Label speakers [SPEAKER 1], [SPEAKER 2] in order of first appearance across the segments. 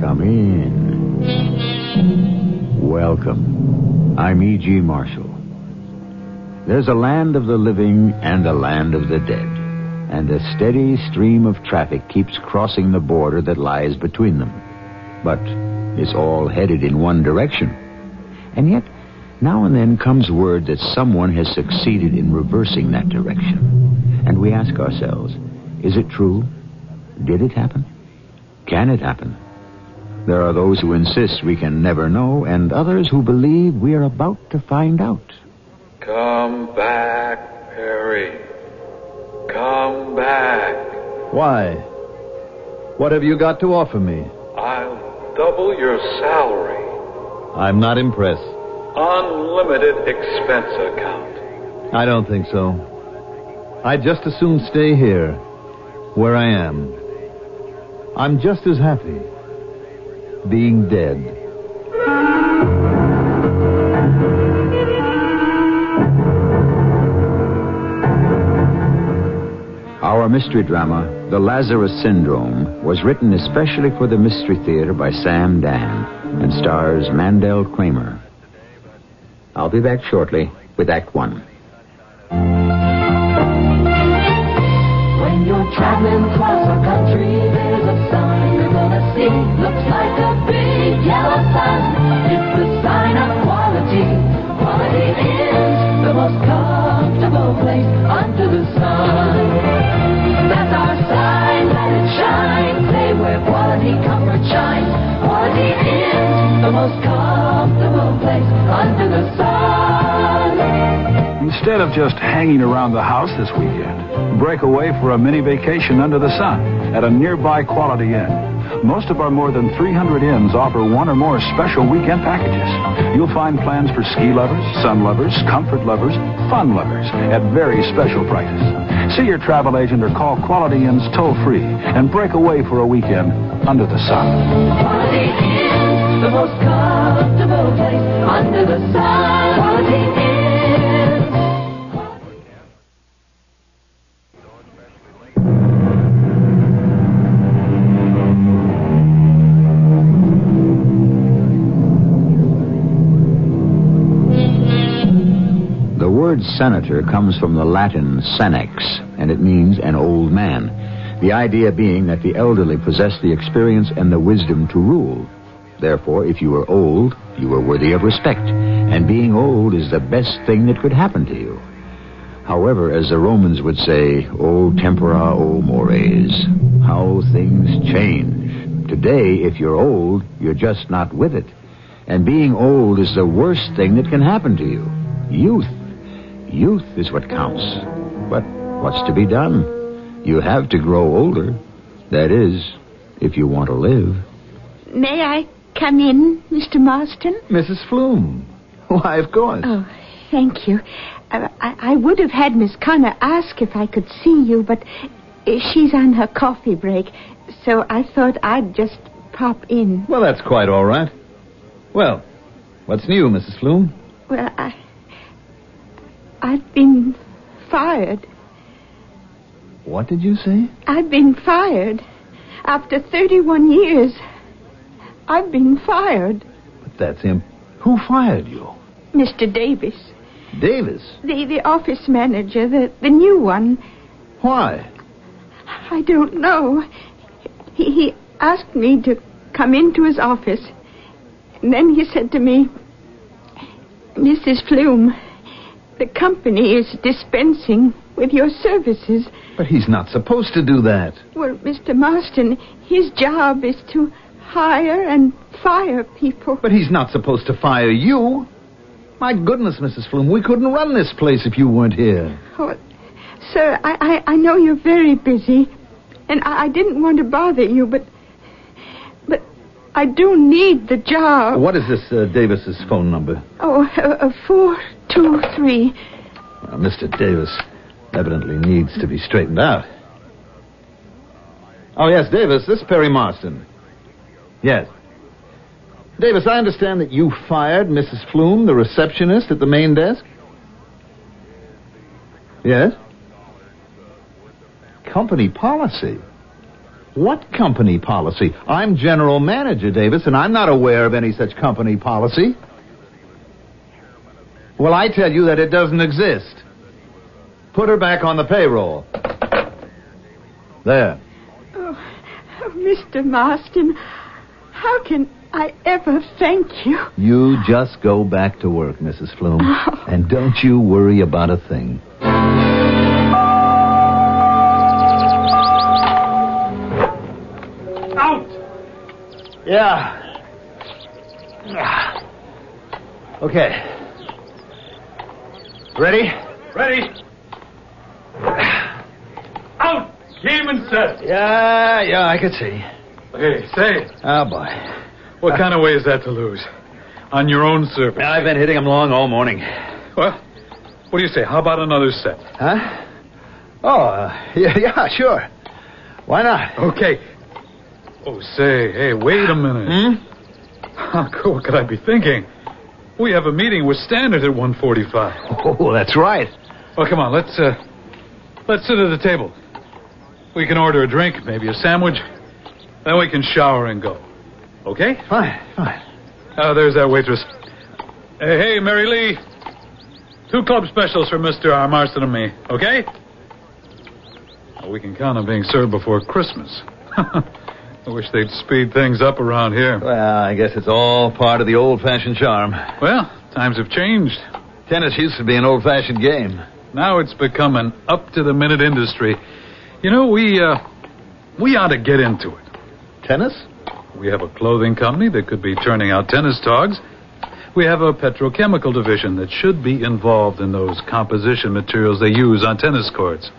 [SPEAKER 1] Come in. Welcome. I'm E.G. Marshall. There's a land of the living and a land of the dead, and a steady stream of traffic keeps crossing the border that lies between them. But it's all headed in one direction. And yet, now and then comes word that someone has succeeded in reversing that direction. And we ask ourselves, is it true? Did it happen? Can it happen? There are those who insist we can never know, and others who believe we are about to find out.
[SPEAKER 2] Come back, Perry. Come back.
[SPEAKER 1] Why? What have you got to offer me?
[SPEAKER 2] I'll double your salary.
[SPEAKER 1] I'm not impressed.
[SPEAKER 2] Unlimited expense account.
[SPEAKER 1] I don't think so. I'd just as soon stay here, where I am. I'm just as happy being dead. Our mystery drama, The Lazarus Syndrome, was written especially for the Mystery Theater by Sam Dan and stars Mandel Kramer. I'll be back shortly with Act One.
[SPEAKER 3] When you're traveling across the country, there's a sign you're gonna see. Looks like a big yellow sun. It's the sign of quality. Quality is the most comfortable place under the sun. That's our sign, let it shine. Say where quality comfort shines. Quality is the most comfortable place under the sun.
[SPEAKER 4] Instead of just hanging around the house this weekend, break away for a mini vacation under the sun at a nearby quality inn. Most of our more than 300 inns offer one or more special weekend packages. You'll find plans for ski lovers, sun lovers, comfort lovers, fun lovers at very special prices. See your travel agent or call Quality Inns toll free and break away for a weekend under the sun.
[SPEAKER 3] Quality is the most comfortable place under the sun. Quality is.
[SPEAKER 1] The word senator comes from the Latin senex, and it means an old man. The idea being that the elderly possess the experience and the wisdom to rule. Therefore, if you were old, you were worthy of respect, and being old is the best thing that could happen to you. However, as the Romans would say, O tempora, O mores, how things change. Today, if you're old, you're just not with it. And being old is the worst thing that can happen to you. Youth. Youth is what counts. But what's to be done? You have to grow older. That is, if you want to live.
[SPEAKER 5] May I come in, Mr. Marston?
[SPEAKER 1] Mrs. Flume. Why, of course.
[SPEAKER 5] Oh, thank you. Uh, I, I would have had Miss Connor ask if I could see you, but uh, she's on her coffee break, so I thought I'd just pop in.
[SPEAKER 1] Well, that's quite all right. Well, what's new, Mrs. Flume?
[SPEAKER 5] Well, I, I've been fired.
[SPEAKER 1] What did you say?
[SPEAKER 5] I've been fired. After 31 years, I've been fired.
[SPEAKER 1] But that's him. Who fired you?
[SPEAKER 5] Mr. Davis,
[SPEAKER 1] Davis.
[SPEAKER 5] the, the office manager, the, the new one,
[SPEAKER 1] Why?
[SPEAKER 5] I don't know. He, he asked me to come into his office. And then he said to me, Mrs. Flume, the company is dispensing with your services.
[SPEAKER 1] But he's not supposed to do that.
[SPEAKER 5] Well, Mr. Marston, his job is to hire and fire people.
[SPEAKER 1] But he's not supposed to fire you. My goodness, Mrs. Flume, we couldn't run this place if you weren't here.
[SPEAKER 5] Oh, sir, I, I, I know you're very busy, and I, I didn't want to bother you, but but I do need the job.
[SPEAKER 1] What is this uh, Davis's phone number?
[SPEAKER 5] Oh, uh, uh, four, two, three.
[SPEAKER 1] Well, Mr. Davis evidently needs to be straightened out. Oh, yes, Davis, this is Perry Marston. Yes. Davis, I understand that you fired Mrs. Flume, the receptionist at the main desk? Yes? Company policy. What company policy? I'm general manager, Davis, and I'm not aware of any such company policy. Well, I tell you that it doesn't exist. Put her back on the payroll. There.
[SPEAKER 5] Oh, Mr. Marston, how can I ever thank you?
[SPEAKER 1] You just go back to work, Mrs. Flume. And don't you worry about a thing.
[SPEAKER 2] Out!
[SPEAKER 1] Yeah. Okay. Ready?
[SPEAKER 2] Ready? Out! Game and set.
[SPEAKER 1] Yeah, yeah, I could see.
[SPEAKER 2] Hey, say,
[SPEAKER 1] Oh, boy.
[SPEAKER 2] what kind of way is that to lose? On your own service.
[SPEAKER 1] I've been hitting him long all morning.
[SPEAKER 2] Well, what do you say? How about another set?
[SPEAKER 1] Huh? Oh, uh, yeah, yeah, sure. Why not?
[SPEAKER 2] Okay. Oh, say, hey, wait a minute.
[SPEAKER 1] Hmm?
[SPEAKER 2] Huh, what could I be thinking? We have a meeting with Standard at 1:45.
[SPEAKER 1] Oh, that's right.
[SPEAKER 2] Well, come on, let's uh, let's sit at the table. We can order a drink, maybe a sandwich. Then we can shower and go. Okay?
[SPEAKER 1] Fine, fine.
[SPEAKER 2] Oh, there's that waitress. Hey, hey, Mary Lee. Two club specials for Mr. R. Marston and me, okay? Well, we can count on being served before Christmas. I wish they'd speed things up around here.
[SPEAKER 1] Well, I guess it's all part of the old-fashioned charm.
[SPEAKER 2] Well, times have changed.
[SPEAKER 1] Tennis used to be an old-fashioned game.
[SPEAKER 2] Now it's become an up-to-the-minute industry. You know, we, uh, we ought to get into it.
[SPEAKER 1] Tennis?
[SPEAKER 2] We have a clothing company that could be turning out tennis togs. We have a petrochemical division that should be involved in those composition materials they use on tennis courts.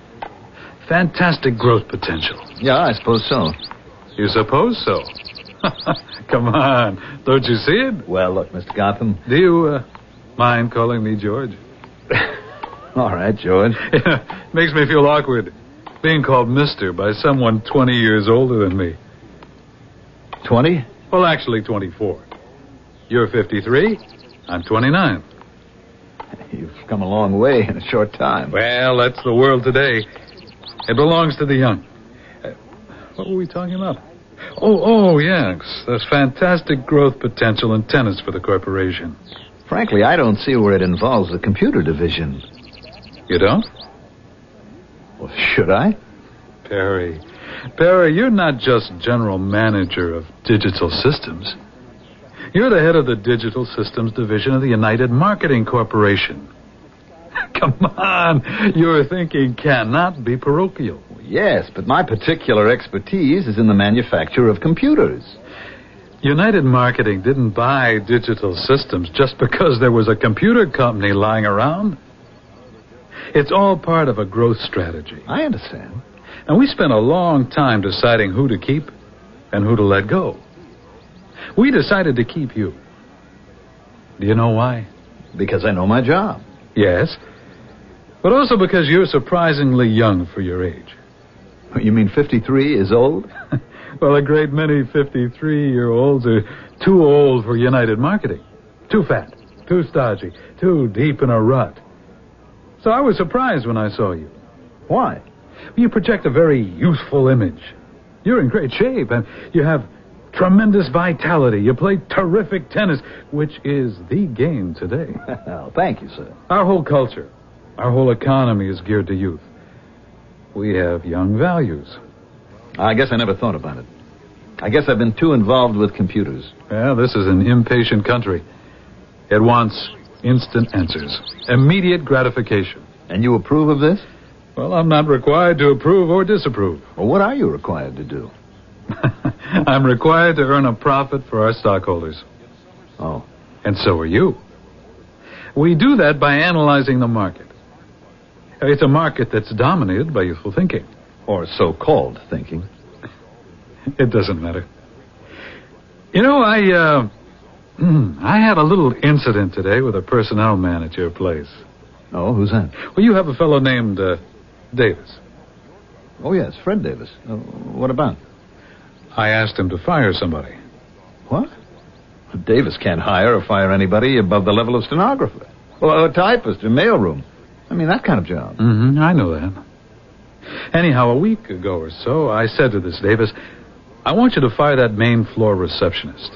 [SPEAKER 2] Fantastic growth potential.
[SPEAKER 1] Yeah, I suppose so.
[SPEAKER 2] You suppose so? Come on, don't you see it?
[SPEAKER 1] Well, look, Mr. Gotham.
[SPEAKER 2] Do you uh, mind calling me George?
[SPEAKER 1] All right, George.
[SPEAKER 2] Makes me feel awkward being called Mister by someone 20 years older than me.
[SPEAKER 1] Twenty?
[SPEAKER 2] Well, actually, 24. You're 53. I'm 29.
[SPEAKER 1] You've come a long way in a short time.
[SPEAKER 2] Well, that's the world today. It belongs to the young. Uh, What were we talking about? Oh, oh, yes. There's fantastic growth potential in tennis for the corporation.
[SPEAKER 1] Frankly, I don't see where it involves the computer division.
[SPEAKER 2] You don't?
[SPEAKER 1] Well, should I?
[SPEAKER 2] Perry. Perry, you're not just general manager of digital systems. You're the head of the digital systems division of the United Marketing Corporation. Come on. Your thinking cannot be parochial.
[SPEAKER 1] Yes, but my particular expertise is in the manufacture of computers.
[SPEAKER 2] United Marketing didn't buy digital systems just because there was a computer company lying around. It's all part of a growth strategy.
[SPEAKER 1] I understand.
[SPEAKER 2] And we spent a long time deciding who to keep and who to let go. We decided to keep you. Do you know why?
[SPEAKER 1] Because I know my job.
[SPEAKER 2] Yes. But also because you're surprisingly young for your age.
[SPEAKER 1] You mean 53 is old?
[SPEAKER 2] Well, a great many 53 year olds are too old for United Marketing. Too fat, too stodgy, too deep in a rut. So I was surprised when I saw you.
[SPEAKER 1] Why?
[SPEAKER 2] You project a very youthful image. You're in great shape, and you have tremendous vitality. You play terrific tennis, which is the game today.
[SPEAKER 1] Well, thank you, sir.
[SPEAKER 2] Our whole culture, our whole economy is geared to youth. We have young values.
[SPEAKER 1] I guess I never thought about it. I guess I've been too involved with computers.
[SPEAKER 2] Yeah, this is an impatient country. It wants instant answers, immediate gratification.
[SPEAKER 1] And you approve of this?
[SPEAKER 2] Well, I'm not required to approve or disapprove.
[SPEAKER 1] Well, what are you required to do?
[SPEAKER 2] I'm required to earn a profit for our stockholders,
[SPEAKER 1] Oh,
[SPEAKER 2] and so are you. We do that by analyzing the market. It's a market that's dominated by youthful thinking.
[SPEAKER 1] or so called thinking.
[SPEAKER 2] It doesn't matter. You know, I, uh, hmm, I had a little incident today with a personnel man at your place.
[SPEAKER 1] Oh, who's that?
[SPEAKER 2] Well, you have a fellow named uh, Davis.
[SPEAKER 1] Oh, yes, Fred Davis. Uh, what about?
[SPEAKER 2] I asked him to fire somebody.
[SPEAKER 1] What? Davis can't hire or fire anybody above the level of stenographer, or a typist in mailroom. I mean, that kind of job.
[SPEAKER 2] Mm-hmm, I know that. Anyhow, a week ago or so, I said to this Davis, I want you to fire that main floor receptionist.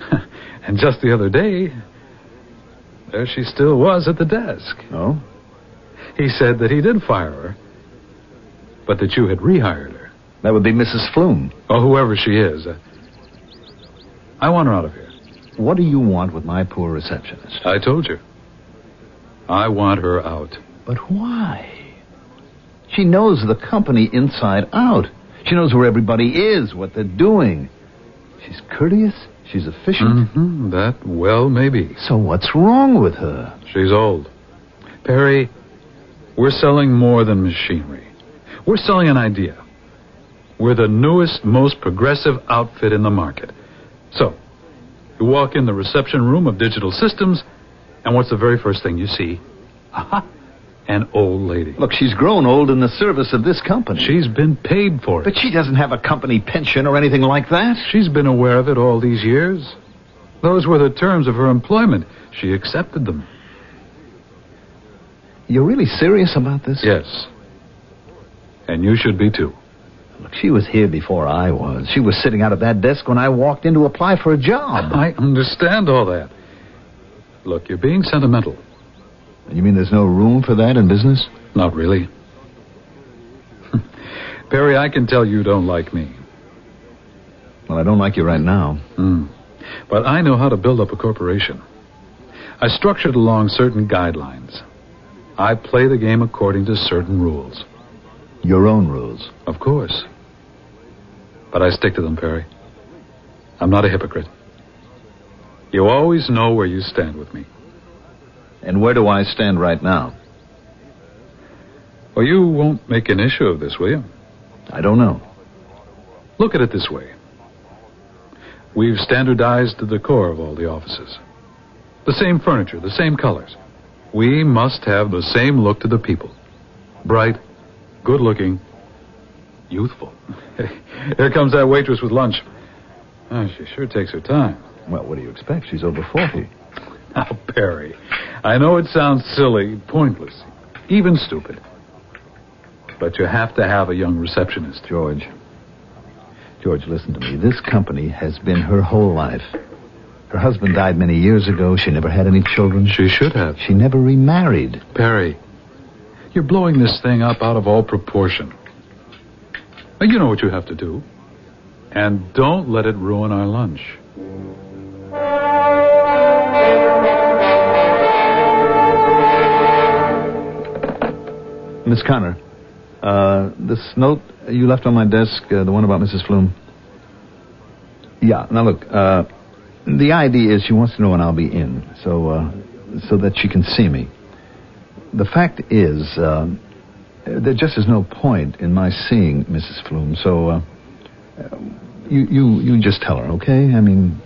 [SPEAKER 2] and just the other day, there she still was at the desk.
[SPEAKER 1] Oh?
[SPEAKER 2] He said that he did fire her, but that you had rehired her,
[SPEAKER 1] That would be Mrs. Flume.
[SPEAKER 2] or whoever she is. Uh, I want her out of here.
[SPEAKER 1] What do you want with my poor receptionist?
[SPEAKER 2] I told you. I want her out.
[SPEAKER 1] But why? She knows the company inside out. She knows where everybody is, what they're doing. She's courteous. She's efficient.
[SPEAKER 2] Mm-hmm, that well maybe.
[SPEAKER 1] So what's wrong with her?
[SPEAKER 2] She's old. Perry, we're selling more than machinery. We're selling an idea. We're the newest, most progressive outfit in the market. So, you walk in the reception room of Digital Systems, and what's the very first thing you see? Aha! An old lady.
[SPEAKER 1] Look, she's grown old in the service of this company.
[SPEAKER 2] She's been paid for it.
[SPEAKER 1] But she doesn't have a company pension or anything like that.
[SPEAKER 2] She's been aware of it all these years. Those were the terms of her employment. She accepted them.
[SPEAKER 1] You're really serious about this?
[SPEAKER 2] Yes. And you should be too.
[SPEAKER 1] Look, she was here before I was. She was sitting out at that desk when I walked in to apply for a job.
[SPEAKER 2] I understand all that. Look, you're being sentimental.
[SPEAKER 1] You mean there's no room for that in business?
[SPEAKER 2] Not really. Perry, I can tell you don't like me.
[SPEAKER 1] Well, I don't like you right now.
[SPEAKER 2] Hmm. But I know how to build up a corporation. I structure it along certain guidelines. I play the game according to certain rules.
[SPEAKER 1] Your own rules.
[SPEAKER 2] Of course. But I stick to them, Perry. I'm not a hypocrite. You always know where you stand with me.
[SPEAKER 1] And where do I stand right now?
[SPEAKER 2] Well, you won't make an issue of this, will you?
[SPEAKER 1] I don't know.
[SPEAKER 2] Look at it this way. We've standardized the decor of all the offices. The same furniture, the same colors. We must have the same look to the people. Bright, good looking, youthful. Here comes that waitress with lunch. Ah, she sure takes her time.
[SPEAKER 1] Well, what do you expect? She's over 40.
[SPEAKER 2] Now, Perry, I know it sounds silly, pointless, even stupid. But you have to have a young receptionist.
[SPEAKER 1] George. George, listen to me. This company has been her whole life. Her husband died many years ago. She never had any children.
[SPEAKER 2] She should have.
[SPEAKER 1] She never remarried.
[SPEAKER 2] Perry, you're blowing this thing up out of all proportion. Now, you know what you have to do. And don't let it ruin our lunch.
[SPEAKER 1] Miss Connor, uh, this note you left on my desk, uh, the one about Mrs. Flume. Yeah, now look, uh, the idea is she wants to know when I'll be in, so, uh, so that she can see me. The fact is, uh, there just is no point in my seeing Mrs. Flume, so, uh, you, you, you just tell her, okay? I mean,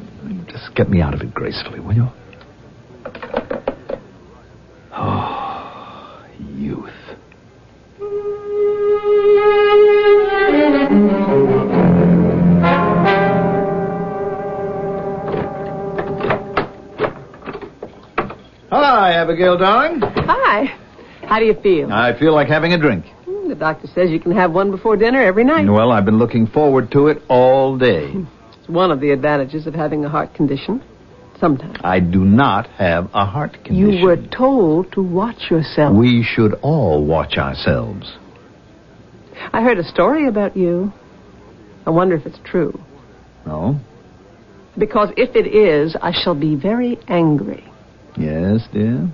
[SPEAKER 1] just get me out of it gracefully, will you? Oh, youth. Hi, Abigail, darling.
[SPEAKER 6] Hi. How do you feel?
[SPEAKER 1] I feel like having a drink.
[SPEAKER 6] Hmm, The doctor says you can have one before dinner every night.
[SPEAKER 1] Well, I've been looking forward to it all day.
[SPEAKER 6] It's one of the advantages of having a heart condition. Sometimes.
[SPEAKER 1] I do not have a heart condition.
[SPEAKER 6] You were told to watch yourself.
[SPEAKER 1] We should all watch ourselves.
[SPEAKER 6] I heard a story about you. I wonder if it's true.
[SPEAKER 1] No?
[SPEAKER 6] Because if it is, I shall be very angry.
[SPEAKER 1] Yes, dear?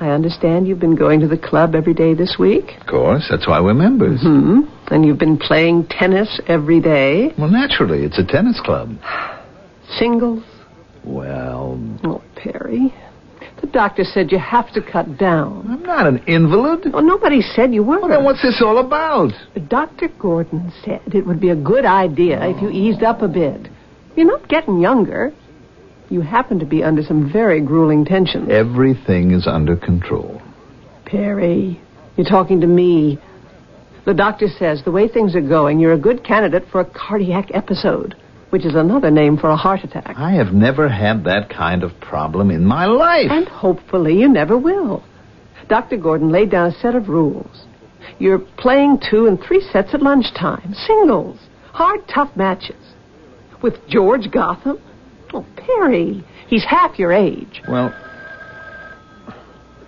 [SPEAKER 6] I understand you've been going to the club every day this week.
[SPEAKER 1] Of course. That's why we're members.
[SPEAKER 6] Hmm. And you've been playing tennis every day.
[SPEAKER 1] Well, naturally, it's a tennis club.
[SPEAKER 6] Singles.
[SPEAKER 1] Well,
[SPEAKER 6] Oh, Perry. The doctor said you have to cut down.
[SPEAKER 1] I'm not an invalid.
[SPEAKER 6] Well, nobody said you were.
[SPEAKER 1] Well, then what's this all about?
[SPEAKER 6] Dr. Gordon said it would be a good idea if you eased up a bit. You're not getting younger. You happen to be under some very grueling tension.
[SPEAKER 1] Everything is under control.
[SPEAKER 6] Perry, you're talking to me. The doctor says the way things are going, you're a good candidate for a cardiac episode, which is another name for a heart attack.
[SPEAKER 1] I have never had that kind of problem in my life.
[SPEAKER 6] And hopefully you never will. Dr. Gordon laid down a set of rules. You're playing two and three sets at lunchtime, singles, hard, tough matches. With George Gotham? Oh, Perry, he's half your age.
[SPEAKER 1] Well,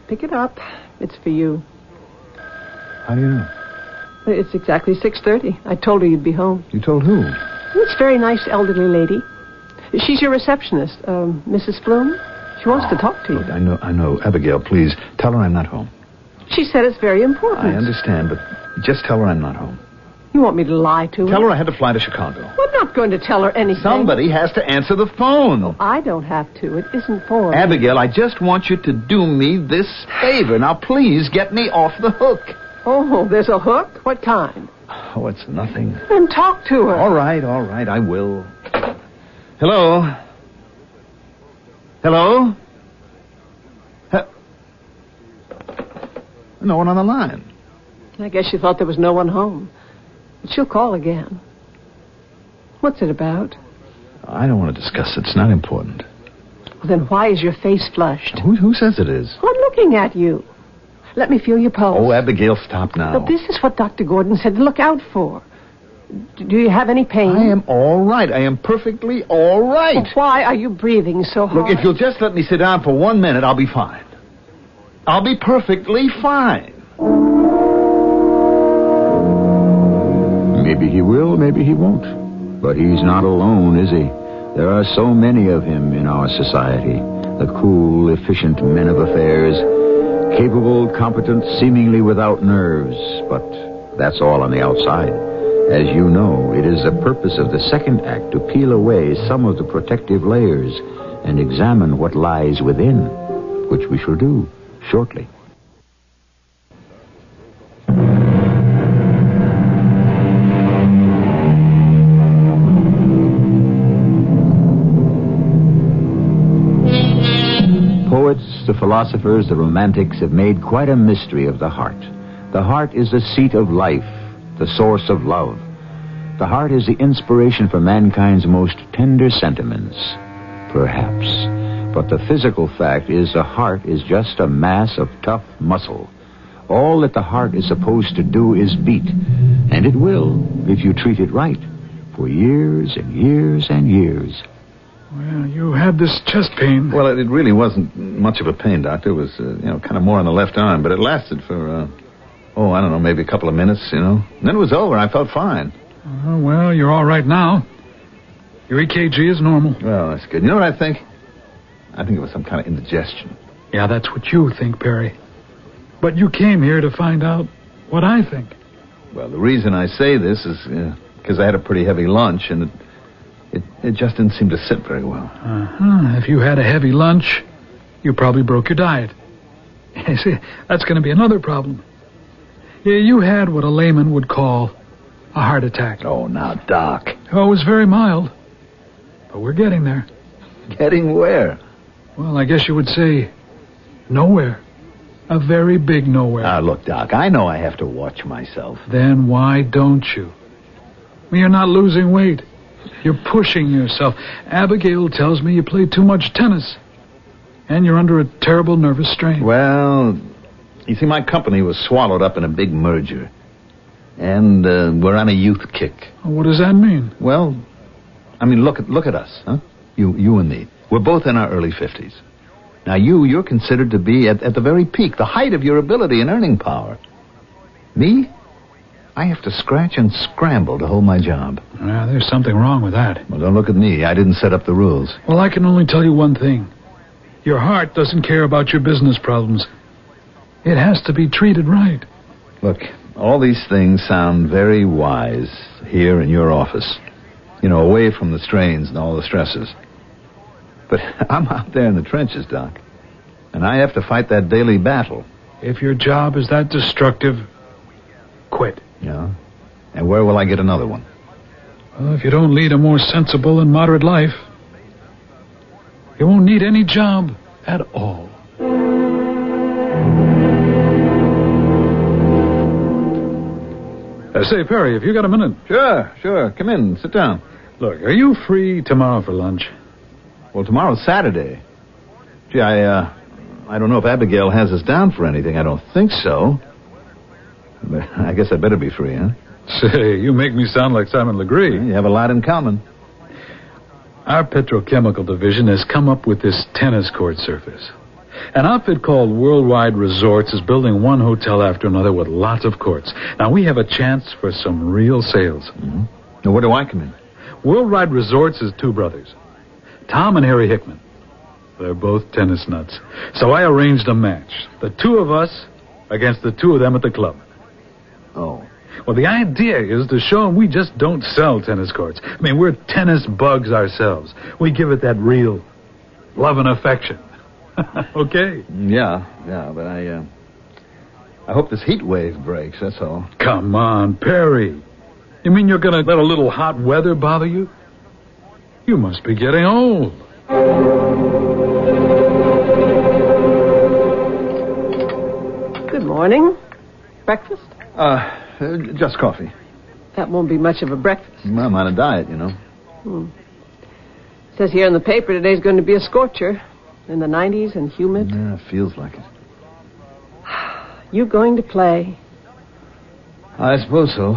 [SPEAKER 6] Pick it up. It's for you.
[SPEAKER 1] how do you know?
[SPEAKER 6] It's exactly 6.30. I told her you'd be home.
[SPEAKER 1] You told who?
[SPEAKER 6] It's a very nice elderly lady. She's your receptionist, um, Mrs. Bloom. She wants to talk to you.
[SPEAKER 1] Look, I know, I know. Abigail, please tell her I'm not home.
[SPEAKER 6] She said it's very important.
[SPEAKER 1] I understand, but just tell her I'm not home.
[SPEAKER 6] You want me to lie to her?
[SPEAKER 1] Tell her I had to fly to Chicago.
[SPEAKER 6] I'm not going to tell her anything.
[SPEAKER 1] Somebody has to answer the phone.
[SPEAKER 6] I don't have to. It isn't for me.
[SPEAKER 1] Abigail, I just want you to do me this favor. Now, please get me off the hook.
[SPEAKER 6] Oh, there's a hook? What kind?
[SPEAKER 1] Oh, it's nothing.
[SPEAKER 6] Then talk to her.
[SPEAKER 1] All right, all right, I will. Hello? Hello? He- no one on the line.
[SPEAKER 6] I guess she thought there was no one home. But she'll call again. What's it about?
[SPEAKER 1] I don't want to discuss it. It's not important.
[SPEAKER 6] Then why is your face flushed?
[SPEAKER 1] Who, who says it is?
[SPEAKER 6] I'm looking at you. Let me feel your pulse.
[SPEAKER 1] Oh, Abigail, stop now.
[SPEAKER 6] But this is what Dr. Gordon said to look out for. D- Do you have any pain?
[SPEAKER 1] I am all right. I am perfectly all right.
[SPEAKER 6] Oh, Why are you breathing so hard?
[SPEAKER 1] Look, if you'll just let me sit down for one minute, I'll be fine. I'll be perfectly fine.
[SPEAKER 7] Maybe he will, maybe he won't. But he's not alone, is he? There are so many of him in our society. The cool, efficient men of affairs. Capable, competent, seemingly without nerves. But that's all on the outside. As you know, it is the purpose of the second act to peel away some of the protective layers and examine what lies within, which we shall do shortly. Poets, the philosophers, the romantics have made quite a mystery of the heart. The heart is the seat of life, the source of love. The heart is the inspiration for mankind's most tender sentiments, perhaps. But the physical fact is the heart is just a mass of tough muscle. All that the heart is supposed to do is beat, and it will if you treat it right for years and years and years.
[SPEAKER 2] Well, you had this chest pain.
[SPEAKER 1] Well, it, it really wasn't much of a pain, Doctor. It was, uh, you know, kind of more on the left arm, but it lasted for, uh, oh, I don't know, maybe a couple of minutes, you know. And then it was over. I felt fine.
[SPEAKER 2] Oh, well, you're all right now. Your EKG is normal.
[SPEAKER 1] Well, that's good. You know what I think? I think it was some kind of indigestion.
[SPEAKER 2] Yeah, that's what you think, Perry. But you came here to find out what I think.
[SPEAKER 1] Well, the reason I say this is because I had a pretty heavy lunch, and it, it, it just didn't seem to sit very well.
[SPEAKER 2] Uh-huh. If you had a heavy lunch, you probably broke your diet. You see, that's going to be another problem. Yeah, you had what a layman would call a heart attack.
[SPEAKER 1] Oh, now, Doc.
[SPEAKER 2] Oh, it was very mild. But we're getting there.
[SPEAKER 1] Getting where?
[SPEAKER 2] Well, I guess you would say nowhere. A very big nowhere.
[SPEAKER 1] Now, look, Doc, I know I have to watch myself.
[SPEAKER 2] Then why don't you? You're not losing weight. You're pushing yourself. Abigail tells me you play too much tennis. And you're under a terrible nervous strain.
[SPEAKER 1] Well, you see, my company was swallowed up in a big merger. And uh, we're on a youth kick.
[SPEAKER 2] What does that mean?
[SPEAKER 1] Well, I mean, look at, look at us, huh? You, you and me. We're both in our early 50s. Now, you, you're considered to be at, at the very peak, the height of your ability and earning power. Me? I have to scratch and scramble to hold my job.
[SPEAKER 2] Well, Ah, there's something wrong with that.
[SPEAKER 1] Well, don't look at me. I didn't set up the rules.
[SPEAKER 2] Well, I can only tell you one thing. Your heart doesn't care about your business problems. It has to be treated right.
[SPEAKER 1] Look, all these things sound very wise here in your office. You know, away from the strains and all the stresses. But I'm out there in the trenches, Doc. And I have to fight that daily battle.
[SPEAKER 2] If your job is that destructive, quit.
[SPEAKER 1] Yeah. And where will I get another one?
[SPEAKER 2] Well, if you don't lead a more sensible and moderate life, you won't need any job at all. Uh, say, Perry, have you got a minute?
[SPEAKER 1] Sure, sure. Come in. Sit down.
[SPEAKER 2] Look, are you free tomorrow for lunch?
[SPEAKER 1] Well, tomorrow's Saturday. Gee, I, uh, I don't know if Abigail has us down for anything. I don't think so. But I guess I better be free, huh?
[SPEAKER 2] Say, you make me sound like Simon Legree.
[SPEAKER 1] You have a lot in common.
[SPEAKER 2] Our petrochemical division has come up with this tennis court surface. An outfit called Worldwide Resorts is building one hotel after another with lots of courts. Now we have a chance for some real sales.
[SPEAKER 1] Now, where do I come in?
[SPEAKER 2] Worldwide Resorts is two brothers, Tom and Harry Hickman. They're both tennis nuts. So I arranged a match. The two of us against the two of them at the club.
[SPEAKER 1] Oh.
[SPEAKER 2] Well, the idea is to show 'em we just don't sell tennis courts. I mean, we're tennis bugs ourselves. We give it that real love and affection. okay.
[SPEAKER 1] Yeah, yeah, but I, uh, I hope this heat wave breaks, that's all.
[SPEAKER 2] Come on, Perry. You mean you're going to let a little hot weather bother you? You must be getting old.
[SPEAKER 6] Good morning. Breakfast?
[SPEAKER 1] Uh, uh, just coffee.
[SPEAKER 6] That won't be much of a breakfast.
[SPEAKER 1] I'm on a diet, you know.
[SPEAKER 6] says here in the paper today's going to be a scorcher. In the 90s and humid.
[SPEAKER 1] Yeah, feels like it.
[SPEAKER 6] You going to play?
[SPEAKER 1] I suppose so.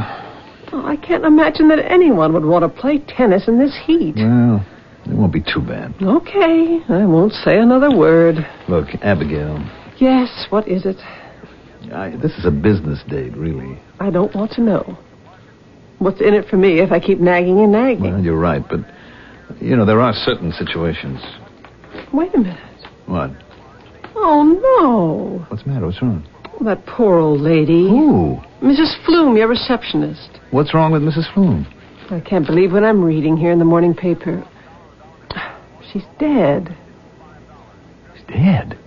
[SPEAKER 6] Oh, I can't imagine that anyone would want to play tennis in this heat.
[SPEAKER 1] Well, it won't be too bad.
[SPEAKER 6] Okay, I won't say another word.
[SPEAKER 1] Look, Abigail,
[SPEAKER 6] Yes, what is it?
[SPEAKER 1] I, this is a business date, really.
[SPEAKER 6] I don't want to know. What's in it for me if I keep nagging and nagging?
[SPEAKER 1] Well, you're right, but, you know, there are certain situations.
[SPEAKER 6] Wait a minute.
[SPEAKER 1] What?
[SPEAKER 6] Oh,
[SPEAKER 1] What's the matter? What's wrong?
[SPEAKER 6] no. That poor old lady.
[SPEAKER 1] Ooh,
[SPEAKER 6] Mrs. Flume, your receptionist.
[SPEAKER 1] what's wrong with Mrs. Flume?
[SPEAKER 6] I can't believe what I'm reading here in the morning paper. She's dead.
[SPEAKER 1] She's dead.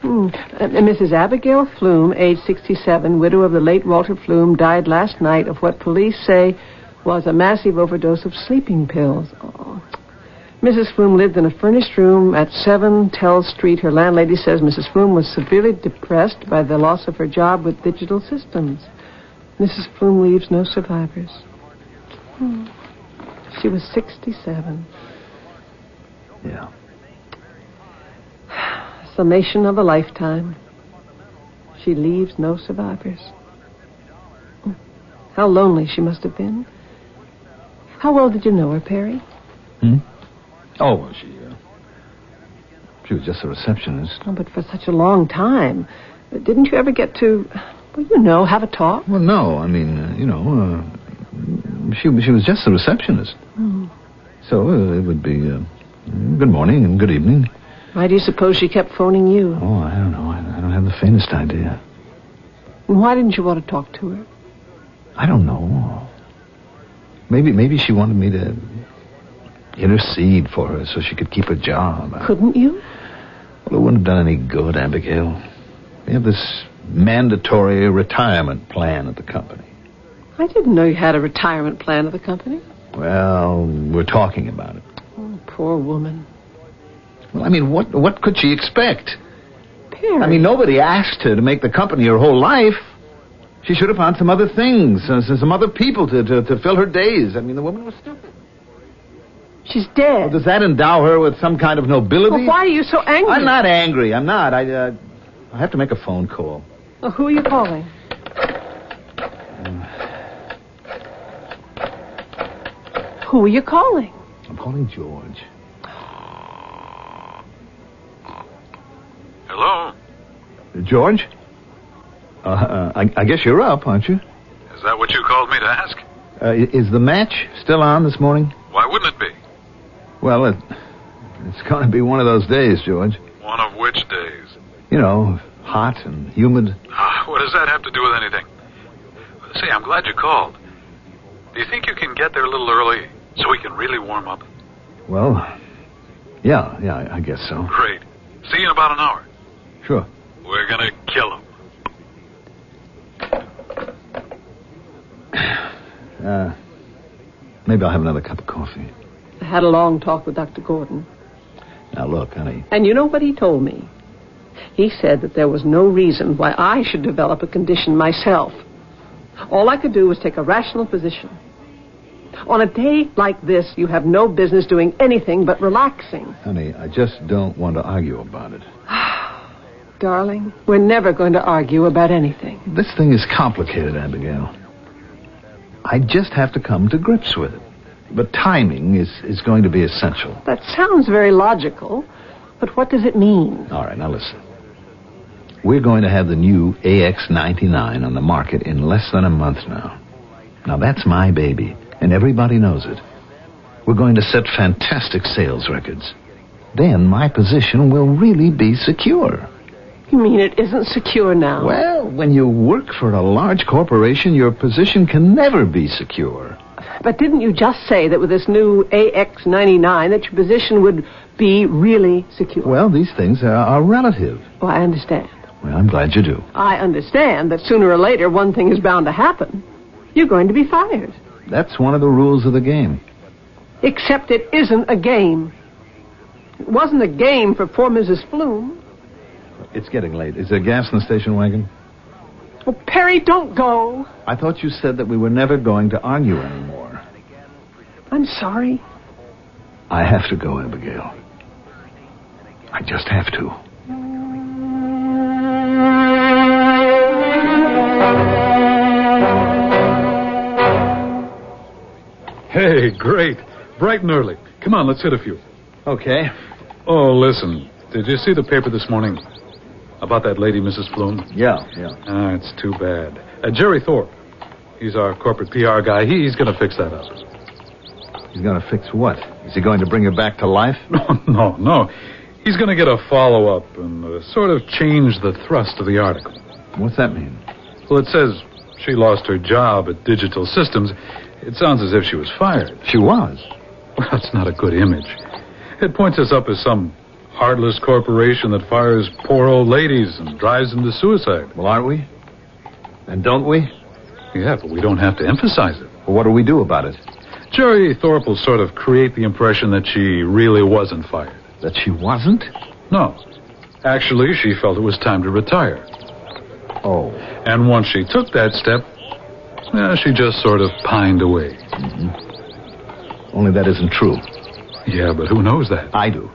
[SPEAKER 6] Hmm. Uh, Mrs. Abigail Flume, age 67, widow of the late Walter Flume, died last night of what police say was a massive overdose of sleeping pills. Oh. Mrs. Flume lived in a furnished room at 7 Tell Street. Her landlady says Mrs. Flume was severely depressed by the loss of her job with digital systems. Mrs. Flume leaves no survivors. Hmm. She was 67.
[SPEAKER 1] Yeah.
[SPEAKER 6] Summation of a lifetime. She leaves no survivors. How lonely she must have been. How well did you know her, Perry?
[SPEAKER 1] Oh, well, she, uh, she was just a receptionist.
[SPEAKER 6] Oh, but for such a long time. Didn't you ever get to, well, you know, have a talk?
[SPEAKER 1] Well, no, I mean, uh, you know, uh, she she was just a receptionist. So uh, it would be uh, good morning and good evening.
[SPEAKER 6] Why do you suppose she kept phoning you?
[SPEAKER 1] Oh, I don't know. I, I don't have the faintest idea.
[SPEAKER 6] And why didn't you want to talk to her?
[SPEAKER 1] I don't know. Maybe maybe she wanted me to intercede for her so she could keep her job. I-
[SPEAKER 6] Couldn't you?
[SPEAKER 1] Well, it wouldn't have done any good, Abigail. We have this mandatory retirement plan at the company.
[SPEAKER 6] I didn't know you had a retirement plan of the company.
[SPEAKER 1] Well, we're talking about it.
[SPEAKER 6] Oh, poor woman.
[SPEAKER 1] Well, I mean, what what could she expect?
[SPEAKER 6] Perry.
[SPEAKER 1] I mean, nobody asked her to make the company her whole life. She should have found some other things, uh, some other people to, to, to fill her days. I mean, the woman was stupid.
[SPEAKER 6] she's dead.
[SPEAKER 1] Does that endow her with some kind of nobility?
[SPEAKER 6] Well, why are you so angry?
[SPEAKER 1] I'm not angry. I'm not. I, uh, I have to make a phone call.
[SPEAKER 6] Well, who are you calling? Who are you calling?
[SPEAKER 1] I'm calling George.
[SPEAKER 8] Hello?
[SPEAKER 1] George? Uh, uh, I, I guess you're up, aren't you?
[SPEAKER 8] Is that what you called me to ask?
[SPEAKER 1] Uh, i- is the match still on this morning?
[SPEAKER 8] Why wouldn't it be?
[SPEAKER 1] Well, it, it's going to be one of those days, George.
[SPEAKER 8] One of which days?
[SPEAKER 1] You know, hot and humid.
[SPEAKER 8] Ah, what does that have to do with anything? Say, I'm glad you called. Do you think you can get there a little early so we can really warm up?
[SPEAKER 1] Well, yeah, yeah, I- I guess so.
[SPEAKER 8] Great. See you in about an hour.
[SPEAKER 1] Sure.
[SPEAKER 8] We're gonna kill him.
[SPEAKER 1] Uh, Maybe I'll have another cup of coffee.
[SPEAKER 6] I had a long talk with Dr. Gordon.
[SPEAKER 1] Now, look, honey,
[SPEAKER 6] And you know what he told me? He said that there was no reason why I should develop a condition myself. All I could do was take a rational position. On a day like this, you have no business doing anything but relaxing.
[SPEAKER 1] honey, I just don't want to argue about it.
[SPEAKER 6] Darling, we're never going to argue about anything.
[SPEAKER 1] This thing is complicated, Abigail. I just have to come to grips with it. But timing is, is going to be essential.
[SPEAKER 6] That sounds very logical, but what does it mean?
[SPEAKER 1] All right, now listen. We're going to have the new AX99 on the market in less than a month now. Now, that's my baby, and everybody knows it. We're going to set fantastic sales records. Then my position will really be secure.
[SPEAKER 6] You mean it isn't secure now?
[SPEAKER 1] Well, when you work for a large corporation, your position can never be secure.
[SPEAKER 6] But didn't you just say that with this new AX99 that your position would be really secure?
[SPEAKER 1] Well, these things are, are relative.
[SPEAKER 6] Well, I understand.
[SPEAKER 1] Well, I'm glad you do.
[SPEAKER 6] I understand that sooner or later one thing is bound to happen. You're going to be fired.
[SPEAKER 1] That's one of the rules of the game.
[SPEAKER 6] Except it isn't a game. It wasn't a game for poor Mrs. Flume.
[SPEAKER 1] It's getting late. Is there gas in the station wagon?
[SPEAKER 6] Well, Perry, don't go.
[SPEAKER 1] I thought you said that we were never going to argue anymore.
[SPEAKER 6] I'm sorry.
[SPEAKER 1] I have to go, Abigail. I just have to.
[SPEAKER 2] Hey, great. Bright and early. Come on, let's hit a few.
[SPEAKER 1] Okay.
[SPEAKER 2] Oh, listen. Did you see the paper this morning? About that lady, Mrs. Flume?
[SPEAKER 1] Yeah, yeah.
[SPEAKER 2] Ah, it's too bad. Uh, Jerry Thorpe. He's our corporate PR guy. He, he's going to fix that up.
[SPEAKER 1] He's going to fix what? Is he going to bring her back to life?
[SPEAKER 2] No, no, no. He's going to get a follow up and uh, sort of change the thrust of the article.
[SPEAKER 1] What's that mean?
[SPEAKER 2] Well, it says she lost her job at Digital Systems. It sounds as if she was fired.
[SPEAKER 1] She was.
[SPEAKER 2] Well, that's not a good image. It points us up as some heartless corporation that fires poor old ladies and drives them to suicide.
[SPEAKER 1] Well, aren't we? And don't we?
[SPEAKER 2] Yeah, but we don't have to emphasize it.
[SPEAKER 1] Well, what do we do about it?
[SPEAKER 2] Jerry Thorpe will sort of create the impression that she really wasn't fired.
[SPEAKER 1] That she wasn't?
[SPEAKER 2] No. Actually, she felt it was time to retire.
[SPEAKER 1] Oh.
[SPEAKER 2] And once she took that step, eh, she just sort of pined away.
[SPEAKER 1] Only that isn't true.
[SPEAKER 2] Yeah, but who knows that?
[SPEAKER 1] I do.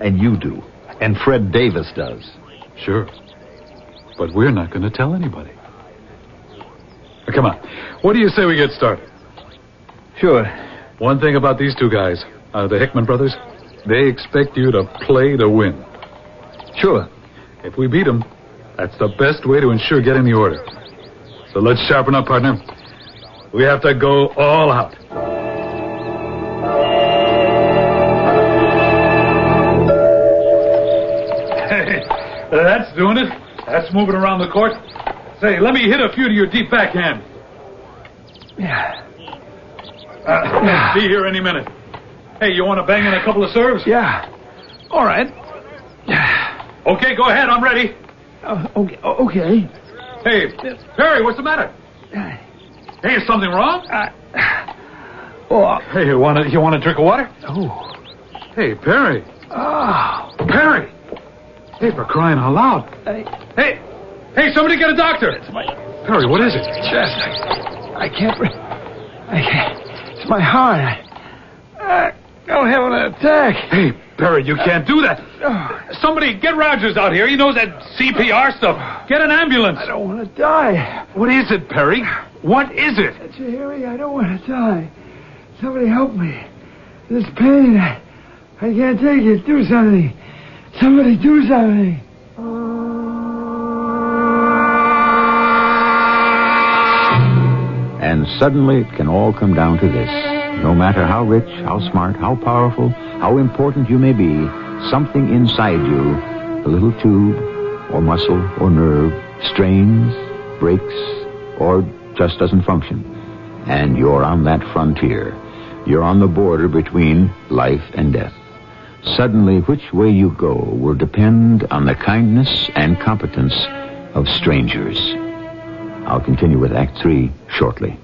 [SPEAKER 1] And you do. And Fred Davis does.
[SPEAKER 2] Sure. But we're not going to tell anybody. Uh, Come on. What do you say we get started?
[SPEAKER 1] Sure.
[SPEAKER 2] One thing about these two guys, uh, the Hickman brothers, they expect you to play to win.
[SPEAKER 1] Sure.
[SPEAKER 2] If we beat them, that's the best way to ensure getting the order. So let's sharpen up, partner. We have to go all out. Hey, that's doing it. That's moving around the court. Say, let me hit a few to your deep backhand. Yeah. Uh, be here any minute. Hey, you want to bang in a couple of serves?
[SPEAKER 1] Yeah. All right.
[SPEAKER 2] Okay, go ahead. I'm ready.
[SPEAKER 1] Uh, okay. okay. Uh,
[SPEAKER 2] Hey, Perry, what's the matter? Hey, is something wrong?
[SPEAKER 1] Oh.
[SPEAKER 2] Hey, you want to you want a drink of water?
[SPEAKER 1] Oh.
[SPEAKER 2] Hey, Perry,
[SPEAKER 1] Oh.
[SPEAKER 2] Perry. Hey, for crying out loud.
[SPEAKER 1] I,
[SPEAKER 2] Hey, hey, somebody get a doctor.
[SPEAKER 1] my
[SPEAKER 2] Perry, what is it?
[SPEAKER 1] chest. I, I can't. Re- I can't. It's my heart. I, I am having an attack.
[SPEAKER 2] Hey, Perry,
[SPEAKER 1] Uh,
[SPEAKER 2] you can't do that. Somebody get Rogers out here. He knows that CPR stuff. Get an ambulance.
[SPEAKER 1] I don't want to die.
[SPEAKER 2] What is it, Perry? What is it?
[SPEAKER 1] Did you hear me? I don't want to die. Somebody help me. This pain. I, I can't take it. Do something. Somebody do something.
[SPEAKER 7] And suddenly it can all come down to this. No matter how rich, how smart, how powerful, how important you may be, something inside you, a little tube, or muscle, or nerve, strains, breaks, or just doesn't function. And you're on that frontier. You're on the border between life and death. Suddenly, which way you go will depend on the kindness and competence of strangers. I'll continue with Act Three shortly.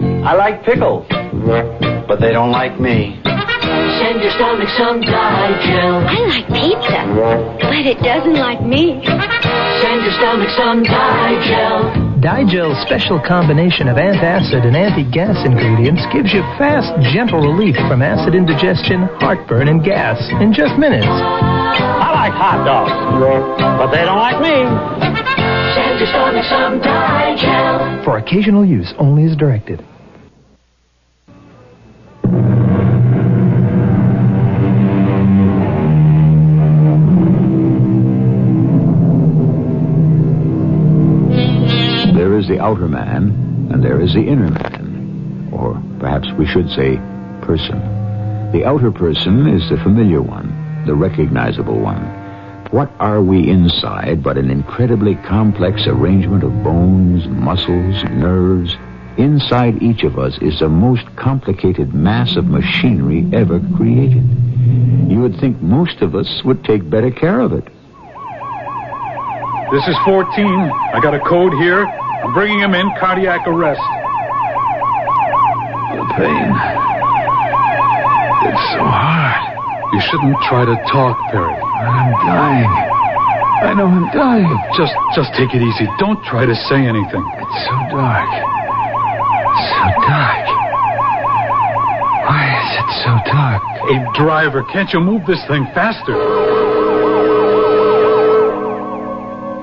[SPEAKER 9] I like pickles.
[SPEAKER 7] But they don't like me.
[SPEAKER 3] Send your stomach some Digel.
[SPEAKER 9] I like pizza, but it doesn't like me.
[SPEAKER 3] Send your stomach some Digel.
[SPEAKER 10] Digel's special combination of antacid and anti-gas ingredients gives you fast, gentle relief from acid indigestion, heartburn, and gas in just minutes.
[SPEAKER 11] I like hot dogs, but they don't like me.
[SPEAKER 3] Send your stomach some Digel.
[SPEAKER 10] For occasional use only as directed.
[SPEAKER 7] There is the outer man, and there is the inner man, or perhaps we should say person. The outer person is the familiar one, the recognizable one. What are we inside but an incredibly complex arrangement of bones, muscles, nerves? Inside each of us is the most complicated mass of machinery ever created. You would think most of us would take better care of it.
[SPEAKER 2] This is 14. I got a code here. I'm bringing him in cardiac arrest.
[SPEAKER 4] The pain. It's so hard.
[SPEAKER 2] You shouldn't try to talk, Perry.
[SPEAKER 4] I'm dying. I know I'm dying.
[SPEAKER 2] Just just take it easy. Don't try to say anything.
[SPEAKER 4] It's so dark. So dark. Why is it so dark?
[SPEAKER 2] Hey, driver, can't you move this thing faster?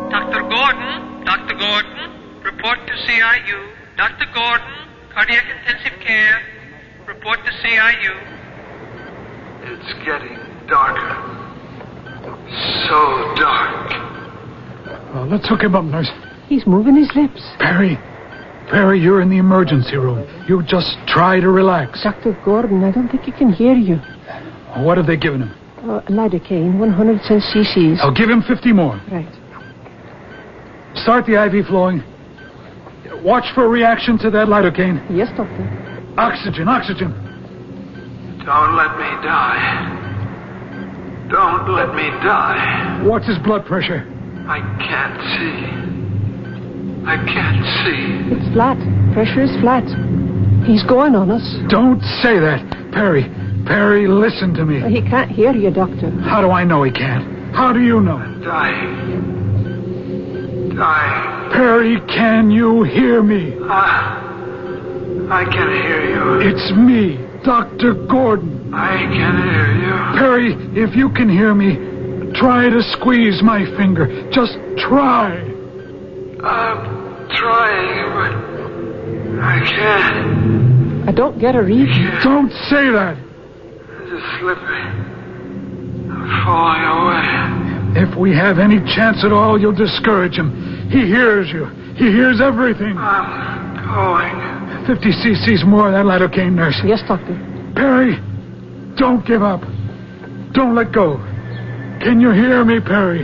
[SPEAKER 12] Dr. Gordon, Dr. Gordon, report to CIU. Dr. Gordon, cardiac intensive care, report to CIU.
[SPEAKER 4] It's getting darker. So dark.
[SPEAKER 2] Uh, let's hook him up, nurse.
[SPEAKER 6] He's moving his lips.
[SPEAKER 2] Perry. Perry, you're in the emergency room. You just try to relax.
[SPEAKER 6] Dr. Gordon, I don't think he can hear you.
[SPEAKER 2] What have they given him?
[SPEAKER 6] Uh, lidocaine, 100 cc's.
[SPEAKER 2] I'll give him 50 more.
[SPEAKER 6] Right.
[SPEAKER 2] Start the IV flowing. Watch for a reaction to that lidocaine.
[SPEAKER 6] Yes, doctor.
[SPEAKER 2] Oxygen, oxygen.
[SPEAKER 4] Don't let me die. Don't let me die.
[SPEAKER 2] What's his blood pressure?
[SPEAKER 4] I can't see. I can't see.
[SPEAKER 6] It's flat. Pressure is flat. He's going on us.
[SPEAKER 2] Don't say that. Perry, Perry, listen to me.
[SPEAKER 6] He can't hear you, doctor.
[SPEAKER 2] How do I know he can't? How do you know?
[SPEAKER 4] Dying. Dying.
[SPEAKER 2] Perry, can you hear me?
[SPEAKER 4] Ah, I can hear you.
[SPEAKER 2] It's me, Dr. Gordon.
[SPEAKER 4] I can hear you.
[SPEAKER 2] Perry, if you can hear me, try to squeeze my finger. Just try.
[SPEAKER 4] I'm trying, but I can't.
[SPEAKER 6] I don't get a read.
[SPEAKER 2] Don't say that.
[SPEAKER 4] It's just slipping. I'm falling away.
[SPEAKER 2] If we have any chance at all, you'll discourage him. He hears you. He hears everything.
[SPEAKER 4] I'm going.
[SPEAKER 2] 50 cc's more of that lidocaine, nurse.
[SPEAKER 6] Yes, doctor.
[SPEAKER 2] Perry, don't give up. Don't let go. Can you hear me, Perry?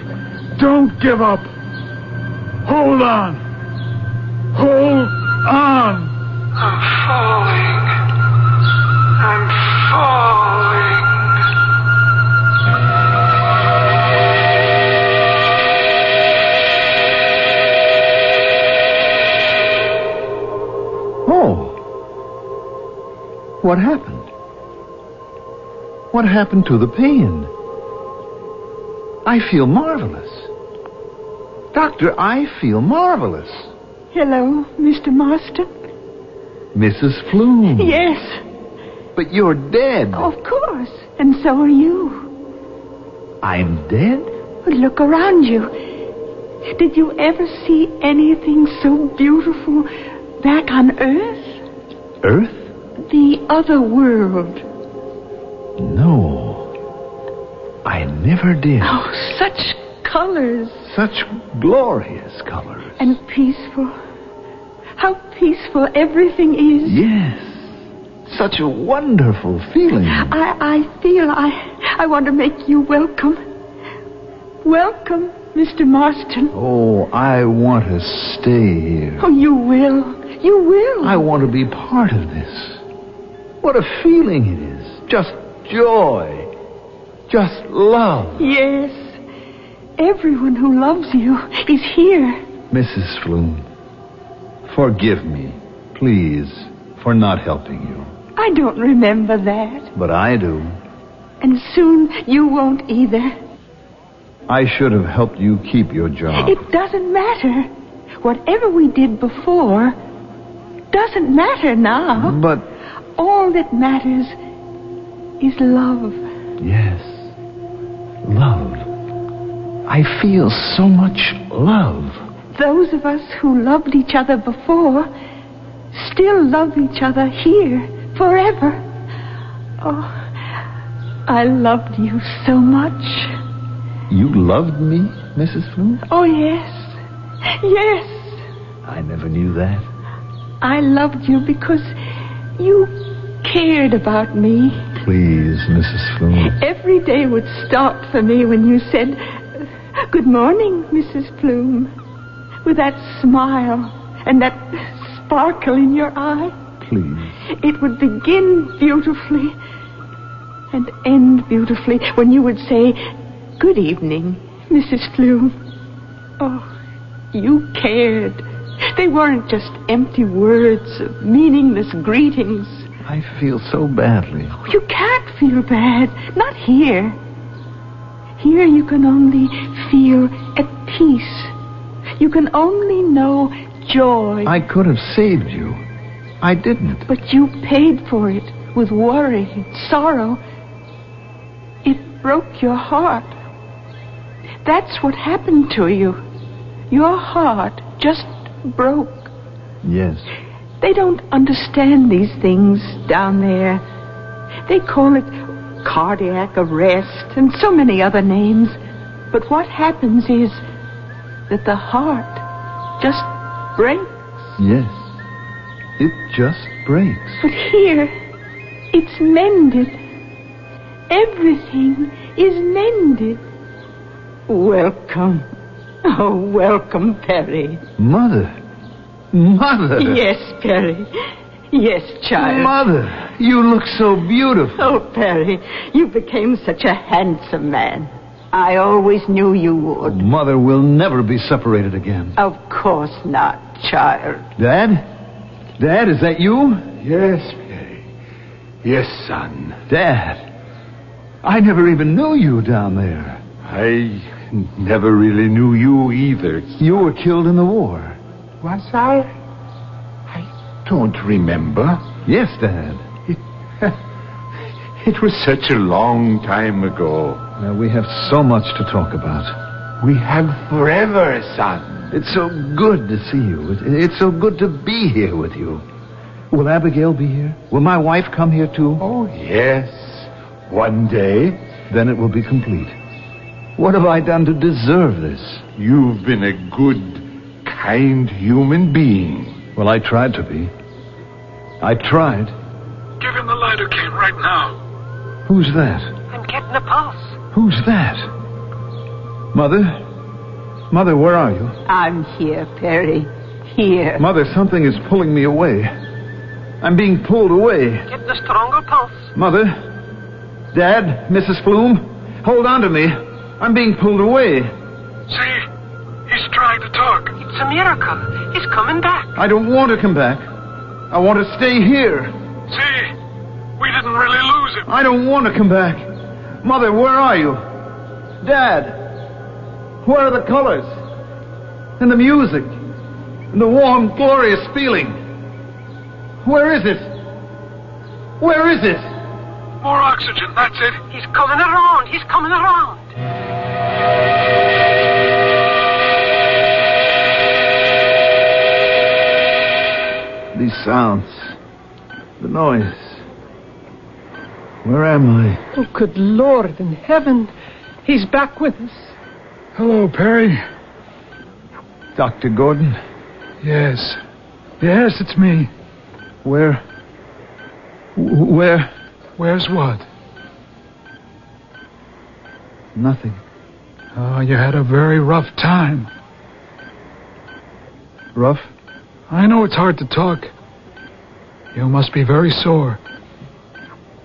[SPEAKER 2] Don't give up. Hold on. Hold on.
[SPEAKER 4] I'm falling. I'm falling.
[SPEAKER 1] Oh. What happened? What happened to the pain? I feel marvelous. Doctor, I feel marvelous.
[SPEAKER 5] Hello, Mr. Marston.
[SPEAKER 1] Mrs. Flume.
[SPEAKER 5] Yes,
[SPEAKER 1] But you're dead.
[SPEAKER 5] of course. And so are you.
[SPEAKER 1] I'm dead?
[SPEAKER 5] Look around you. Did you ever see anything so beautiful back on Earth?
[SPEAKER 1] Earth?
[SPEAKER 5] The other world.
[SPEAKER 1] No. I never did.
[SPEAKER 5] Oh, such colors
[SPEAKER 1] Such glorious colors.
[SPEAKER 5] and peaceful. How peaceful everything is.
[SPEAKER 1] Yes. Such a wonderful feeling.
[SPEAKER 5] I, I feel I, I want to make you welcome. Welcome, Mr. Marston.
[SPEAKER 1] Oh, I want to stay here.
[SPEAKER 5] Oh, you will. You will.
[SPEAKER 1] I want to be part of this. What a feeling it is. Just joy. Just love.
[SPEAKER 5] Yes. Everyone who loves you is here.
[SPEAKER 1] Mrs. Flume, forgive me, please, for not helping you.
[SPEAKER 5] I don't remember that.
[SPEAKER 1] But I do.
[SPEAKER 5] And soon you won't either.
[SPEAKER 1] I should have helped you keep your job.
[SPEAKER 5] It doesn't matter. Whatever we did before doesn't matter now.
[SPEAKER 1] But
[SPEAKER 5] All that matters is love.
[SPEAKER 1] Yes. Love. I feel so much love.
[SPEAKER 5] Those of us who loved each other before still love each other here forever. Oh, I loved you so much.
[SPEAKER 1] You loved me, Mrs. Flume?
[SPEAKER 5] Oh, yes. Yes,
[SPEAKER 1] I never knew that.
[SPEAKER 5] I loved you because you cared about me.
[SPEAKER 1] Please, Mrs. Flume.
[SPEAKER 5] Every day would start for me when you said, Good morning, Mrs. Plume, with that smile and that sparkle in your eye.
[SPEAKER 1] Please.
[SPEAKER 5] It would begin beautifully and end beautifully when you would say, Good evening, Mrs. Flume. Oh, you cared. They weren't just empty words of meaningless greetings.
[SPEAKER 1] I feel so badly.
[SPEAKER 5] You can't feel bad. Not here. Here you can only feel at peace. You can only know joy.
[SPEAKER 1] I could have saved you. I didn't.
[SPEAKER 5] But you paid for it with worry and sorrow. It broke your heart. That's what happened to you. Your heart just broke.
[SPEAKER 1] Yes.
[SPEAKER 5] They don't understand these things down there. They call it cardiac arrest and so many other names. But what happens is that the heart just breaks.
[SPEAKER 1] Yes. It just breaks.
[SPEAKER 5] But here, it's mended. Everything is mended. Welcome. Oh, welcome, Perry.
[SPEAKER 1] Mother. Mother.
[SPEAKER 5] Yes, Perry. Yes, child.
[SPEAKER 1] Mother, you look so beautiful.
[SPEAKER 5] Oh, Perry, you became such a handsome man. I always knew you would.
[SPEAKER 1] Mother will never be separated again.
[SPEAKER 5] Of course not, child.
[SPEAKER 1] Dad? Dad, is that you?
[SPEAKER 13] Yes, Perry. Yes, son.
[SPEAKER 1] Dad. I never even knew you down there.
[SPEAKER 13] I never really knew you either.
[SPEAKER 1] You were killed in the war.
[SPEAKER 13] Was I? I don't remember.
[SPEAKER 1] Yes, Dad.
[SPEAKER 13] It was such a long time ago.
[SPEAKER 1] Now, Uh, we have so much to talk about.
[SPEAKER 13] We have forever, son.
[SPEAKER 1] It's so good to see you. It- It's so good to be here with you. Will Abigail be here? Will my wife come here too?
[SPEAKER 13] Oh, yes. One day,
[SPEAKER 1] Then it will be complete. What have I done to deserve this?
[SPEAKER 13] you've been a good, kind human being.
[SPEAKER 1] Well, I tried to be. I tried.
[SPEAKER 8] Give him the lidocaine right now.
[SPEAKER 1] Who's that?
[SPEAKER 12] I'm getting a pulse.
[SPEAKER 1] Who's that? Mother? Mother, where are you?
[SPEAKER 5] I'm here, Perry. Here.
[SPEAKER 1] Mother, something is pulling me away. I'm being pulled away.
[SPEAKER 12] Getting a stronger pulse.
[SPEAKER 1] Mother? Dad? Mrs. Flume? Hold on to me. I'm being pulled away.
[SPEAKER 8] See? He's trying to talk.
[SPEAKER 12] It's a miracle. He's coming back.
[SPEAKER 1] I don't want to come back. I want to stay here.
[SPEAKER 8] See? We didn't really lose him.
[SPEAKER 1] I don't want to come back. Mother, where are you? Dad, where are the colors? And the music? And the warm, glorious feeling? Where is it? Where is it?
[SPEAKER 8] More oxygen, that's it.
[SPEAKER 12] He's coming around. He's coming around.
[SPEAKER 1] These sounds. The noise. Where am I?
[SPEAKER 6] Oh, good Lord in heaven. He's back with us.
[SPEAKER 2] Hello, Perry.
[SPEAKER 1] Dr. Gordon?
[SPEAKER 2] Yes. Yes, it's me.
[SPEAKER 1] Where? wh- Where?
[SPEAKER 2] Where's what?
[SPEAKER 1] Nothing.
[SPEAKER 2] Oh, you had a very rough time.
[SPEAKER 1] Rough?
[SPEAKER 2] I know it's hard to talk. You must be very sore.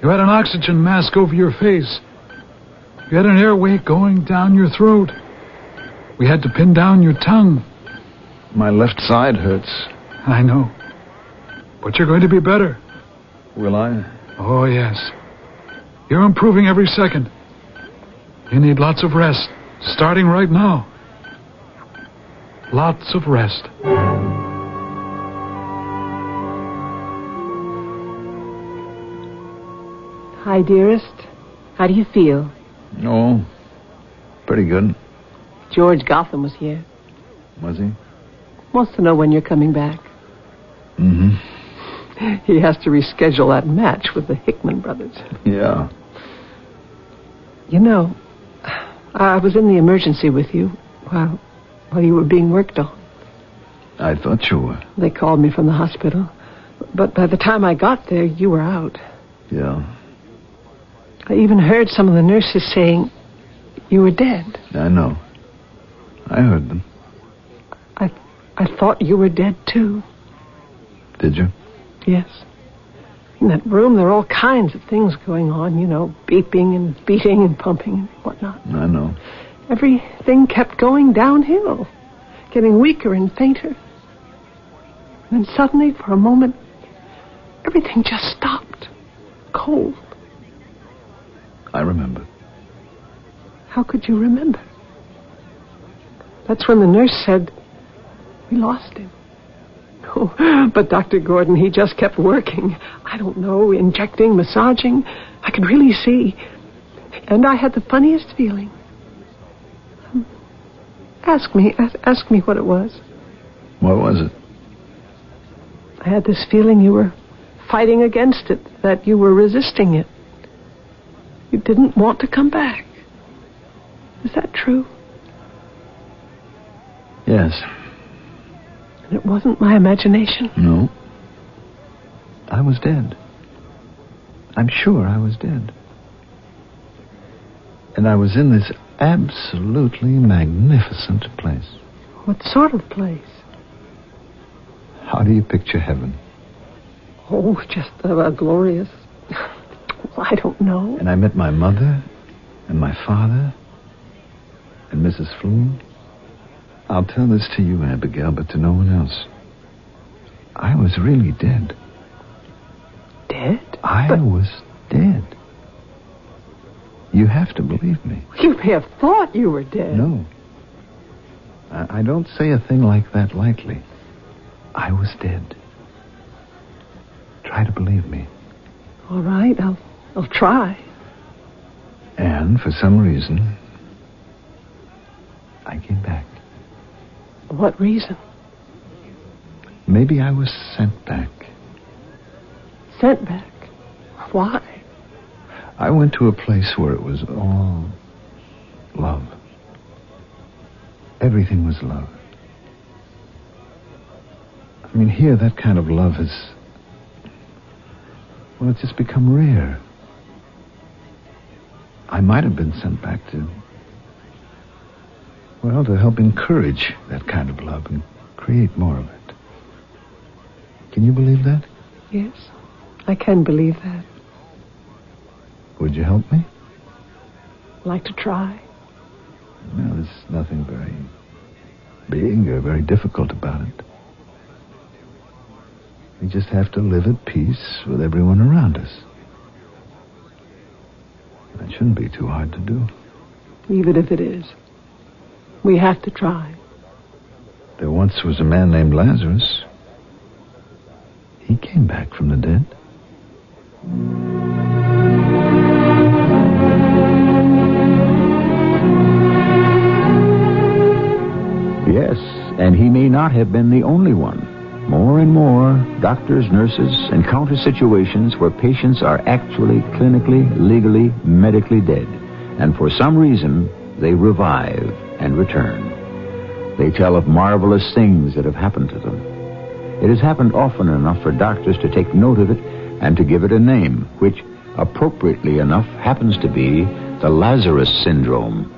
[SPEAKER 2] You had an oxygen mask over your face. You had an airway going down your throat. We had to pin down your tongue.
[SPEAKER 1] My left side hurts.
[SPEAKER 2] I know. But you're going to be better.
[SPEAKER 1] Will I?
[SPEAKER 2] Oh, yes. You're improving every second. You need lots of rest, starting right now. Lots of rest.
[SPEAKER 6] Hi, dearest. How do you feel?
[SPEAKER 1] No. Pretty good.
[SPEAKER 6] George Gotham was here.
[SPEAKER 1] Was he?
[SPEAKER 6] Wants to know when you're coming back.
[SPEAKER 1] Mm
[SPEAKER 6] He has to reschedule that match with the Hickman brothers.
[SPEAKER 1] hmm. Yeah.
[SPEAKER 6] You know, I was in the emergency with you while, while you were being worked on.
[SPEAKER 1] I thought you were.
[SPEAKER 6] They called me from the hospital. But by the time I got there, you were out.
[SPEAKER 1] Yeah.
[SPEAKER 6] I even heard some of the nurses saying you were dead.
[SPEAKER 1] I know. I heard them.
[SPEAKER 6] I thought you were dead, too.
[SPEAKER 1] Did you?
[SPEAKER 6] Yes. In that room, there are all kinds of things going on, you know, beeping and beating and pumping and whatnot.
[SPEAKER 1] I know.
[SPEAKER 6] Everything kept going downhill, getting weaker and fainter. Then suddenly, for a moment, everything just stopped. Cold.
[SPEAKER 1] I remember.
[SPEAKER 6] How could you remember? That's when the nurse said, We lost him. Oh, but Dr. Gordon, he just kept working. I don't know, injecting, massaging. I could really see. And I had the funniest feeling. Um, Ask me, ask, ask me what it was.
[SPEAKER 1] What was it?
[SPEAKER 6] I had this feeling you were fighting against it, that you were resisting it. You didn't want to come back. Is that true?
[SPEAKER 1] Yes.
[SPEAKER 6] And it wasn't my imagination.
[SPEAKER 1] No. I was dead. I'm sure I was dead. And I was in this absolutely magnificent place.
[SPEAKER 6] What sort of place?
[SPEAKER 1] How do you picture heaven?
[SPEAKER 6] Oh, just a, a glorious. I don't know.
[SPEAKER 1] And I met my mother and my father and Mrs. Flume. I'll tell this to you, Abigail, but to no one else. I was really dead.
[SPEAKER 6] Dead?
[SPEAKER 1] I was dead. You have to believe me.
[SPEAKER 6] You may have thought you were dead.
[SPEAKER 1] No. I, I don't say a thing like that lightly. I was dead. Try to believe me.
[SPEAKER 6] All right, I'll, I'll try.
[SPEAKER 1] And for some reason, I came back.
[SPEAKER 6] What reason?
[SPEAKER 1] Maybe I was sent back.
[SPEAKER 6] Sent back. Why?
[SPEAKER 1] I went to a place where it was all love. Everything was love. I mean, here, that kind of love has. Well, it's just become rare. I might have been sent back to. Well, to help encourage that kind of love and create more of it. Can you believe that?
[SPEAKER 6] Yes, I can believe that.
[SPEAKER 1] Would you help me?
[SPEAKER 6] Like to try.
[SPEAKER 1] Well, there's nothing very big or very difficult about it. We just have to live at peace with everyone around us. That shouldn't be too hard to do.
[SPEAKER 6] Even if it is. We have to try.
[SPEAKER 1] There once was a man named Lazarus. He came back from the dead.
[SPEAKER 7] Yes, and he may not have been the only one. More and more, doctors, nurses encounter situations where patients are actually clinically, legally, medically dead, and for some reason, they revive and return. They tell of marvelous things that have happened to them. It has happened often enough for doctors to take note of it and to give it a name, which, appropriately enough, happens to be the Lazarus syndrome.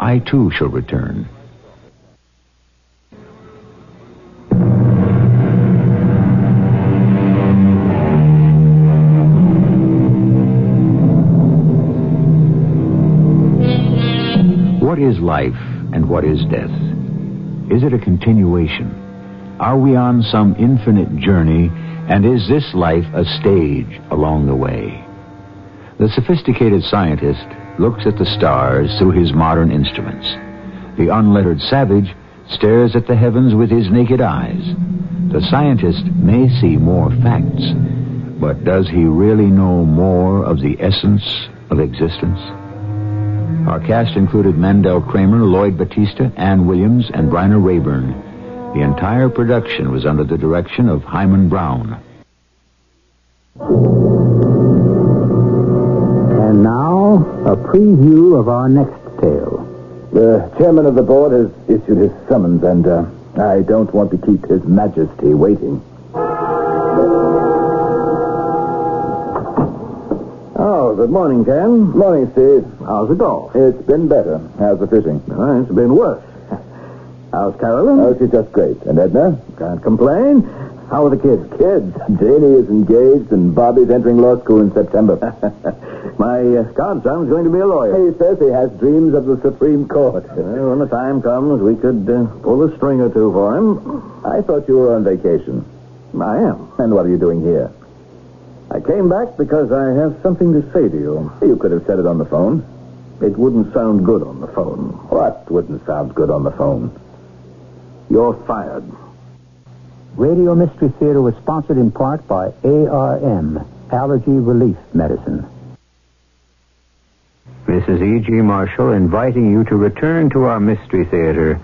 [SPEAKER 7] I too shall return. What is life and what is death? Is it a continuation? Are we on some infinite journey
[SPEAKER 1] And is this life a stage along the way? The sophisticated scientist looks at the stars through his modern instruments. The unlettered savage stares at the heavens with his naked eyes. The scientist may see more facts, but does he really know more of the essence of existence? Our cast included Mandel Kramer, Lloyd Batista, Ann Williams, and Bryna Rayburn. The entire production was under the direction of Hyman Brown.
[SPEAKER 14] And now, a preview of our next tale.
[SPEAKER 4] The chairman of the board has issued his summons, and uh, I don't want to keep His Majesty waiting. Oh, good morning, Ken. Morning, Steve. How's the golf? It's been better. How's the fishing? it's been worse. How's Carolyn? Oh, she's just great. And Edna? Can't complain. How are the kids? Kids? Janie is engaged, and Bobby's entering law school in September. My uh, godson's going to be a lawyer. He says he has dreams of the Supreme Court. well, when the time comes, we could uh, pull a string or two for him. I thought you were on vacation. I am. And what are you doing here? I came back because I have something to say to you. You could have said it on the phone. It wouldn't sound good on the phone. What wouldn't sound good on the phone? You're fired.
[SPEAKER 14] Radio Mystery Theater was sponsored in part by ARM, Allergy Relief Medicine.
[SPEAKER 1] Mrs. E.G. E Marshall inviting you to return to our Mystery Theater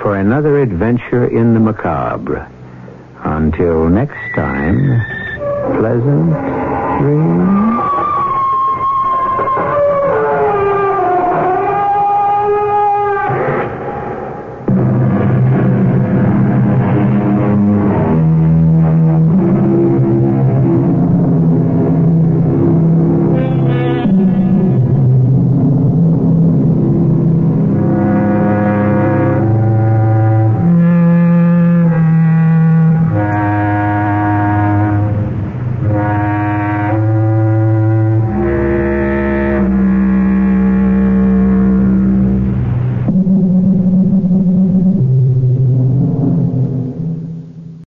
[SPEAKER 1] for another adventure in the macabre. Until next time, pleasant dreams.